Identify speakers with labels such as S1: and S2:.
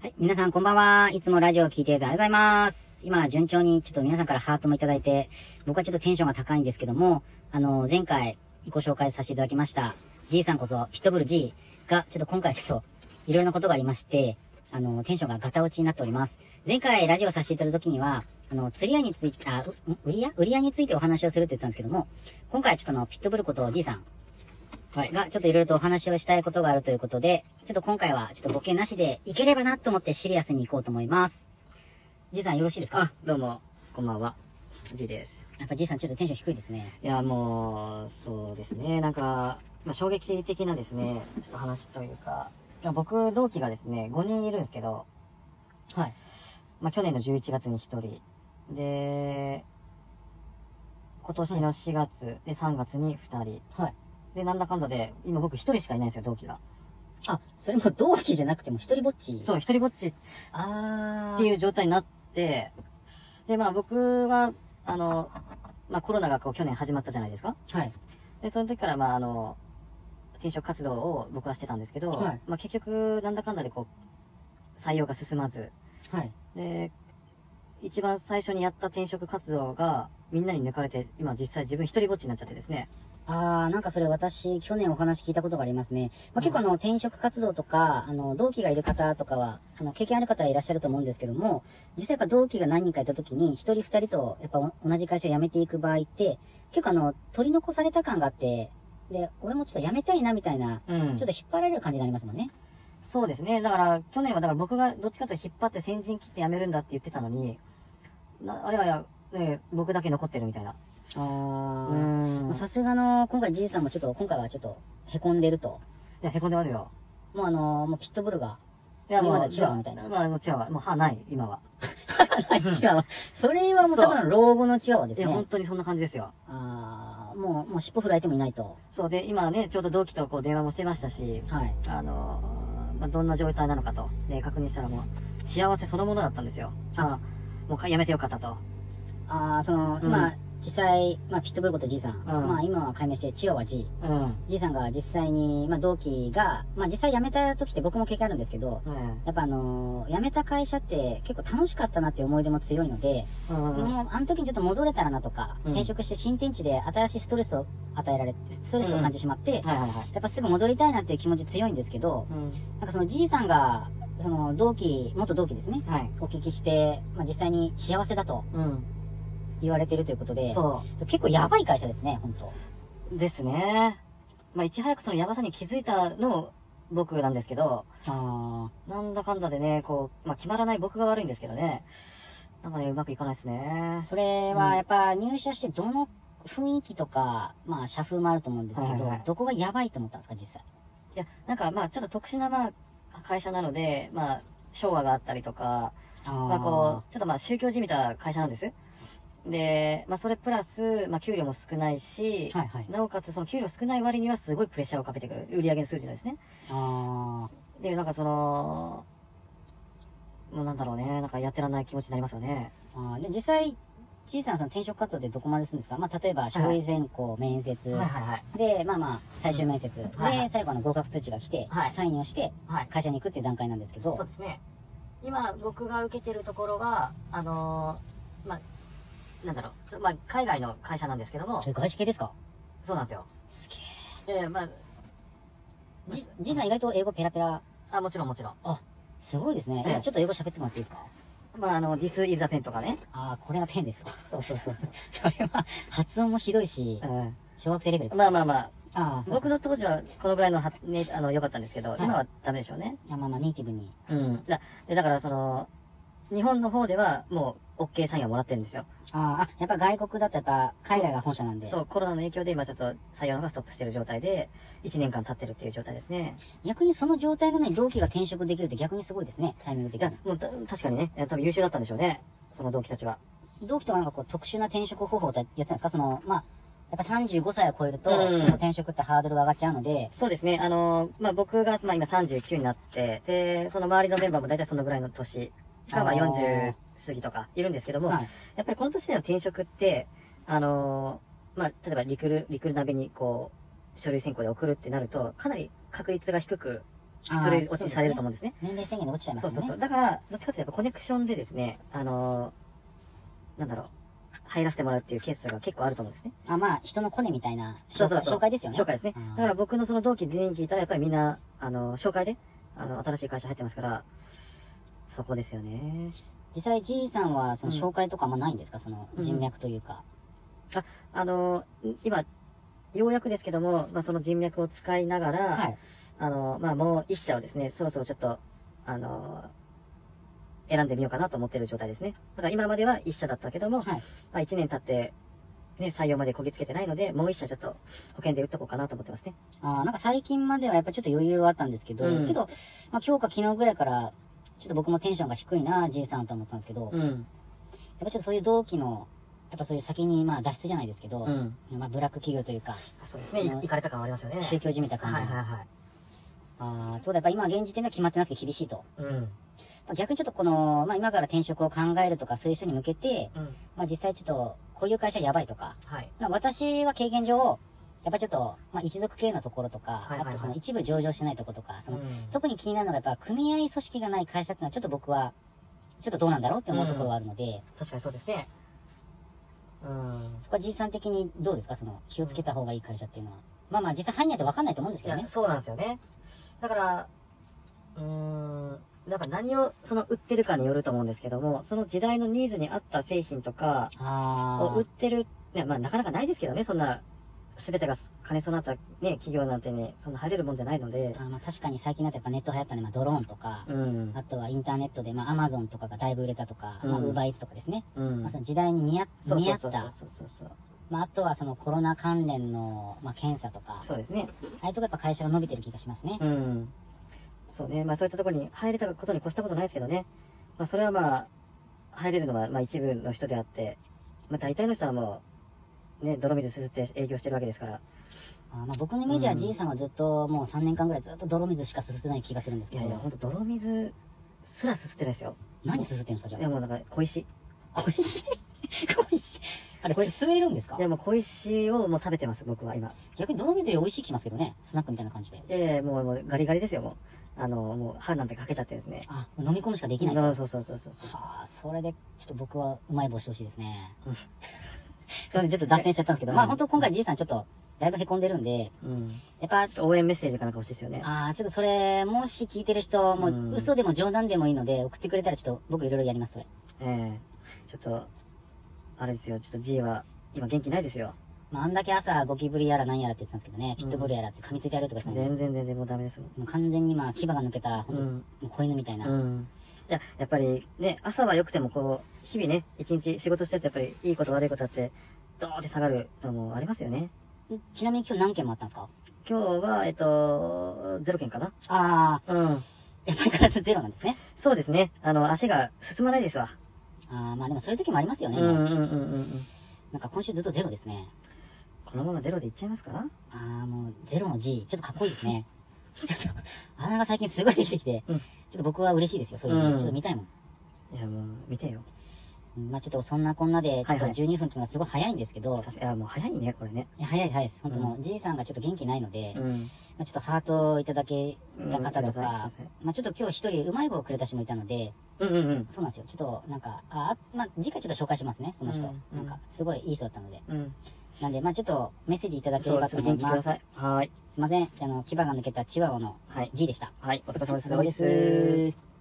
S1: はい。皆さんこんばんは。いつもラジオを聞いていただいてありがとうございます。今、順調にちょっと皆さんからハートもいただいて、僕はちょっとテンションが高いんですけども、あの、前回ご紹介させていただきました、G さんこそ、ヒットブル G が、ちょっと今回ちょっと、いろいろなことがありまして、あの、テンションがガタ落ちになっております。前回ラジオさせていただいた時には、あの、釣り屋について、あ、う、ん売り屋売り屋についてお話をするって言ったんですけども、今回はちょっとあの、ピットブルこと G さん、
S2: はい。
S1: が、ちょっといろいろとお話をしたいことがあるということで、ちょっと今回は、ちょっとボケなしでいければなと思ってシリアスに行こうと思います。じいさんよろしいですか
S2: あ、どうも、こんばんは。ジです。
S1: やっぱじいさんちょっとテンション低いですね。
S2: いや、もう、そうですね。なんか、まあ、衝撃的なですね、ちょっと話というか、まあ僕、同期がですね、5人いるんですけど、
S1: はい。
S2: まあ、去年の11月に1人。で、今年の4月、で、3月に2人。
S1: はい。
S2: で、なんだかんだで、今僕1人しかいないんですよ、同期が。
S1: あ、それも同期じゃなくても一人ぼっち。。
S2: そうう、一人ぼっちっ
S1: あー。。
S2: ていうう状態になって、で、まあ僕は、あの、まあコロナがこう去年始まったじゃないですか。
S1: はい。
S2: で、その時から、まあ、あの、転職活動を僕はしてたんですけど、
S1: はい
S2: まあ、結局、なんだかんだでこう、採用が進まず、
S1: はい。
S2: で、一番最初にやった転職活動が、みんなに抜かれて、今実際自分一人ぼっちになっちゃってですね。
S1: あー、なんかそれ私、去年お話聞いたことがありますね。まあ、結構あの、転職活動とか、あの、同期がいる方とかは、あの、経験ある方はいらっしゃると思うんですけども、実際やっぱ同期が何人かいた時に、一人二人と、やっぱお同じ会社を辞めていく場合って、結構あの、取り残された感があって、で、俺もちょっと辞めたいなみたいな、
S2: うん
S1: ちょっと引っ張られる感じになりますもんね。
S2: そうですね。だから、去年は、だから僕がどっちかというと引っ張って先陣切って辞めるんだって言ってたのに、なあれはや、ね、僕だけ残ってるみたいな。
S1: あー
S2: うん
S1: まあさすがの、今回じいさんもちょっと、今回はちょっと、凹んでると。
S2: いや、凹んでますよ。
S1: もうあの、もうピットブルが、
S2: いや、
S1: 今までチワワみたいな
S2: まあ、もうチワワ。もう歯ない、今は。
S1: チワワ。それはもうただの老後のチワワです
S2: いや、
S1: ね。
S2: 本当にそんな感じですよ。
S1: あーもう、もう尻尾振られてもいないと。
S2: そうで、今ね、ちょうど同期とこう電話もしてましたし、
S1: はい。
S2: あのーまあ、どんな状態なのかと、ね、確認したらもう、幸せそのものだったんですよ。あもうかやめてよかったと。
S1: ああ、その、
S2: うん
S1: まあ、実際、まあ、ピットブルことじいさん。まあ、今は解明して、チワワ G。
S2: うん。うん。
S1: じいさんが実際に、まあ、同期が、まあ、実際辞めた時って僕も経験あるんですけど、やっぱあのー辞めた会社って結構楽しかったなっていう思い出も強いので、
S2: うん。うん。
S1: もう、あの時にちょっと戻れたらなとか、
S2: うん
S1: 転職して新天地で新しいストレスを与えられて、ストレスを感じてしまって、や
S2: はいはいはい。
S1: っぱすぐ戻りたいなっていう気持ち強いんですけど、
S2: うん。
S1: なんかそのじいさんが、その同期、元同期ですね。
S2: はい。
S1: お聞きして、まあ、実際に幸せだと
S2: うん。
S1: 言われてるということで、
S2: そ
S1: そう結構やばい会社ですね、本当
S2: う。ですね。まあ、いち早くそのやばさに気づいたのも僕なんですけど、
S1: あ
S2: なんだかんだでね、こう、まあ、決まらない僕が悪いんですけどね。なんかね、うまくいかないですね
S1: あ。それはやっぱ入社してどの雰囲気とか、まあ社風もあると思うんですけど、
S2: はいはいはい
S1: どこがやばいと思ったんですか、実際。
S2: いや、なんかまあちょっと特殊なまあ会社なので、まあ昭和があったりとか、
S1: あ
S2: まあこう、ちょっとまあ宗教じみた会社なんです。で、まあそれプラス、まあ給料も少ないし、
S1: はいはい。
S2: なおかつその給料少ない割にはすごいプレッシャーをかけてくる。売上の数字のですね。
S1: あ
S2: で、なんかその、もうなんだろうね、なんかやってらんない気持ちになりますよね。
S1: ーあー。で、実際、じいさんはその転職活動でどこまでするんですかまあ例えば、書類選考、面接、
S2: はいはい。
S1: で、まあまあ、最終面接、
S2: はいは
S1: で、最後の合格通知が来て、
S2: はい
S1: サインをして、
S2: はい。
S1: 会社に行くっていう段階なんですけど、
S2: そうですね。今、僕が受けてるところは、あのーまあ、なんだろう、ちょまあ、海外の会社なんですけども
S1: そ、れ外資系ですか
S2: そうなんですよ。
S1: すげえ。
S2: ええまあ、
S1: じ、じいさん意外と英語ペラペラ、
S2: あ、もちろんもちろん。
S1: すごいですね。
S2: ええ
S1: いやちょっと英語喋ってもらっていいですか
S2: まあ、あの、this is a pen とかね。
S1: ああ、これはペンですと。 そうそうそうそう。それは、発音もひどいし
S2: う、ん。
S1: 小学生レベルです。
S2: まあまあまあ、
S1: ああ、そうそ
S2: 僕
S1: う
S2: の当時はこのぐらいのは、ね、あの、良かったんですけど、
S1: はい
S2: 今はダメでしょうね。
S1: いやまあまあ、ネイティブに。
S2: うん。だ、でだからその、日本の方ではもう、OK サインをもらってるんですよ。
S1: ああ、あやっぱ外国だとやっぱ、海外が本社なんで。
S2: そう、コロナの影響で今ちょっと採用の方がストップしてる状態で、1年間経ってるっていう状態ですね。
S1: 逆にその状態なのに同期が転職できるって逆にすごいですね、タイミング
S2: い
S1: 的
S2: や
S1: に。、
S2: もうた確かにね、いや多分優秀だったんでしょうね。その同期たちは。
S1: 同期とかなんかこう、特殊な転職方法ってやってたんですかその、まあ、やっぱ35歳を超えると、
S2: うん
S1: 結構転職ってハードルが上がっちゃうので、
S2: そうですね、あのまあ、僕が、まあ、今39になって、で、その周りのメンバーも大体そのぐらいの年が、まあ、
S1: あー
S2: 40過ぎとかいるんですけども、
S1: はい
S2: やっぱりこの年での転職って、あのまあ、例えばリクル、リクルナビにこう、書類選考で送るってなると、かなり確率が低く
S1: あー
S2: 書類落ちされると思うんですね。
S1: 年齢制限で落ちちゃいま
S2: そう
S1: す
S2: そ
S1: よ
S2: うそう。
S1: ね。
S2: だから、どっちかというとやっぱコネクションでですね、あのーなんだろう、入らせてもらうっていうケースが結構あると思うんですね。
S1: あ、まあ、人のコネみたいな
S2: そ
S1: 紹
S2: うそう
S1: 介
S2: そう
S1: 紹介ですよね。
S2: 紹介ですね
S1: あ。ー
S2: だから僕のその同期全員聞いたら、やっぱりみんな、あの、紹介で、あの、新しい会社入ってますから、そこですよね。
S1: 実際、じいさんは、その
S2: うん
S1: 紹介とかあんまないんですか、その
S2: うん
S1: 人脈というか。
S2: あの、今、ようやくですけども、まあ、その人脈を使いながら、
S1: はい。
S2: あの、まあ、もう一社をですね、そろそろちょっと、あの、選んでみようかなと思ってる状態ですね。だから今までは一社だったけども、
S1: はい。
S2: まあ、1年経って、ね、採用までこぎつけてないので、もう一社ちょっと保険で打っとこうかなと思ってますね。
S1: あーなんか最近まではやっぱちょっと余裕はあったんですけど、
S2: うん
S1: ちょっと、まあ今日か昨日ぐらいから、ちょっと僕もテンションが低いな、じいさんと思ったんですけど、やっ
S2: ん。
S1: ぱちょっとそういう同期の、やっぱそういう先に、まあ脱出じゃないですけど、
S2: うん。
S1: まあブラック企業というか、
S2: そうですね。い行かれた感はありますよね。
S1: 宗教じみた感じ
S2: は
S1: の。
S2: いはいはい。
S1: ああ、ということはやっぱ今現時点では決まってなくて厳しいと。
S2: うん。
S1: まあ逆にちょっとこの、まあ今から転職を考えるとかそういう人に向けて、
S2: うん。
S1: まあ実際ちょっと、こういう会社やばいとか、
S2: はい。
S1: まあ私は経験上、やっぱちょっと、まあ一族系のところとか、
S2: はいはいはい
S1: あとその一部上場してないところとか、その、
S2: うん
S1: 特に気になるのがやっぱ組合組織がない会社っていうのはちょっと僕は、ちょっとどうなんだろうって思うところはあるので、
S2: 確かにそうですね。うん。
S1: そこはじいさん的にどうですかその気をつけた方がいい会社っていうのは。まあまあ実際入んないと分かんないと思うんです
S2: い
S1: けどね
S2: や、。そうなんですよね。だから、うーん、なんか何をその売ってるかによると思うんですけども、その時代のニーズに合った製品とか
S1: あ
S2: を
S1: あ
S2: 売っ。てる、ね、まあなかなかないですけどね、そんな、すべてが金備わったね、企業なんてね、そんな入れるもんじゃないので
S1: あ、ーまあ確かに最近だとやっぱネット流行ったんで、まあドローンとか、
S2: うん。
S1: あとはインターネットで、まあ、アマゾンとかがだいぶ売れたとか、まあ、
S2: うん
S1: ウーバーイーツとかですね。
S2: うん
S1: まあ、その時代に見合
S2: そう
S1: 見
S2: そ
S1: 合
S2: う
S1: っ
S2: そう
S1: た。
S2: そうそうそう。
S1: まあ、あとはそのコロナ関連の、まあ、検査とか、
S2: そうですね。
S1: ああいうとこやっぱ会社が伸びてる気がしますね。
S2: うん。そうね。まあそういったところに入れたことに越したことないですけどね。まあそれはまあ、入れるのはまあ一部の人であって、まあ大体の人はもう、ね、泥水すすって営業してるわけですから。
S1: あーまあ、僕のイメージは
S2: うん
S1: じいさんはずっともう3年間ぐらいずっと泥水しかすすってない気がするんです
S2: い
S1: けど、
S2: やいや、ほんと泥水すらすすってないですよ。
S1: 何すすってるんですかじゃ
S2: いやもうなんか小石。
S1: あ。小石小石あれ、
S2: 小石
S1: すすえるんですか
S2: いやもう小石をもう食べてます、僕は今。
S1: 逆に泥水より美味しい気しますけどね。スナックみたいな感じで。
S2: いやいや、もうもうガリガリですよ、もう。あの、もう歯なんてかけちゃってですね。
S1: あ、飲み込むしかできないと。
S2: そうそうそうそうそう。
S1: はあ、それで、ちょっと僕はうまい棒してほしいですね
S2: うん。
S1: それでちょっと脱線しちゃったんですけど、
S2: うん
S1: まあ本当今回じいさんちょっと、だいぶ凹んでるんで、
S2: うん。ち
S1: やっぱ、あ
S2: ょっと応援メッセージかなんか欲しいですよね。
S1: あー、ちょっとそれ、もし聞いてる人、も
S2: うん
S1: う嘘でも冗談でもいいので、送ってくれたらちょっと僕いろいろやります、それ。
S2: ええちょっと、あれですよ、ちょっと G は、今元気ないですよ。
S1: まああんだけ朝ゴキブリやらなんやらって言ってたんですけどね、ピットブルやらって噛みついてやるとかさ、
S2: 全然全然もうダメですもん。
S1: もう完全に今牙が抜けた、本当
S2: う
S1: に
S2: ん
S1: もう子犬みたいな。
S2: うん。いや、やっぱりね、朝は良くてもこう、日々ね、一日仕事してるとやっぱりいいこと悪いことあって、ドーンって下がるのもありますよね。
S1: ちなみに今日何件もあったんですか
S2: 今日は、えっと、ゼロ件かな
S1: ああ、
S2: うん。
S1: やっぱりからずゼロなんですね。
S2: そうですね。あの、足が進まないですわ。
S1: ああ、まあでもそういう時もありますよ
S2: うん
S1: ね、
S2: うん
S1: もう
S2: うんうんうん。
S1: なんか今週ずっとゼロですね。
S2: このままゼロでいっちゃいますか
S1: ああ、もう、ゼロの G、ちょっとかっこいいです ね。ちょっと、穴が最近すごいできてきて、
S2: うん
S1: ちょっと僕は嬉しいですよ、そういう G。
S2: うん
S1: ちょっと見たいもん。
S2: いや、もう、見てよ。
S1: うんまあちょっとそんなこんなで、ちょっと
S2: はいはい
S1: 12分っていうのはすごい早いんですけど、い
S2: 確かいや、もう早いね、これね。
S1: や早いです早いです。本当もう、じいさんがちょっと元気ないので、ま
S2: ん。
S1: あちょっとハートをいただけた
S2: うんく
S1: 方
S2: だ
S1: と
S2: さい
S1: か
S2: ください、
S1: まあちょっと今日一人うまい棒をくれた人もいたので、
S2: うんうんうん。
S1: そうなんですよ。ちょっとなんか、あ、あまあ次回ちょっと紹介しますね、その人
S2: うん。う
S1: なんんか、すごいいい人だったので。
S2: うん。
S1: なんで、まあちょっとメッセージいただけ
S2: そ
S1: れ
S2: う、
S1: ば
S2: ち
S1: と
S2: ょっと
S1: 思い
S2: 元気く
S1: ま
S2: だ
S1: す
S2: さ。い。はーい。
S1: すいません。あの、牙が抜けたチワワの
S2: はい
S1: G でした。
S2: はい、お疲れ様です。
S1: お疲れ様です